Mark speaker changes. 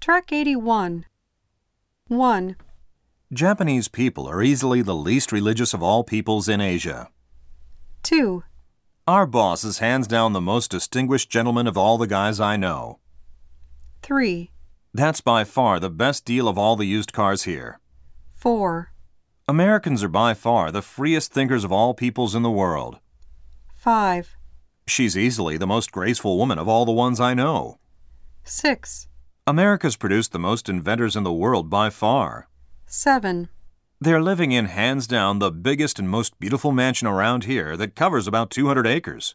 Speaker 1: Track 81. 1,
Speaker 2: Japanese people are easily the least religious of all peoples in Asia.
Speaker 1: 2,
Speaker 2: Our boss is hands down the most distinguished gentleman of all the guys I know.
Speaker 1: 3,
Speaker 2: That's by far the best deal of all the used cars here.
Speaker 1: 4,
Speaker 2: Americans are by far the freest thinkers of all peoples in the world.
Speaker 1: 5,
Speaker 2: She's easily the most graceful woman of all the ones I know.
Speaker 1: 6,
Speaker 2: America's produced the most inventors in the world by far.
Speaker 1: 7,
Speaker 2: They're living in hands down the biggest and most beautiful mansion around here that covers about 200 acres.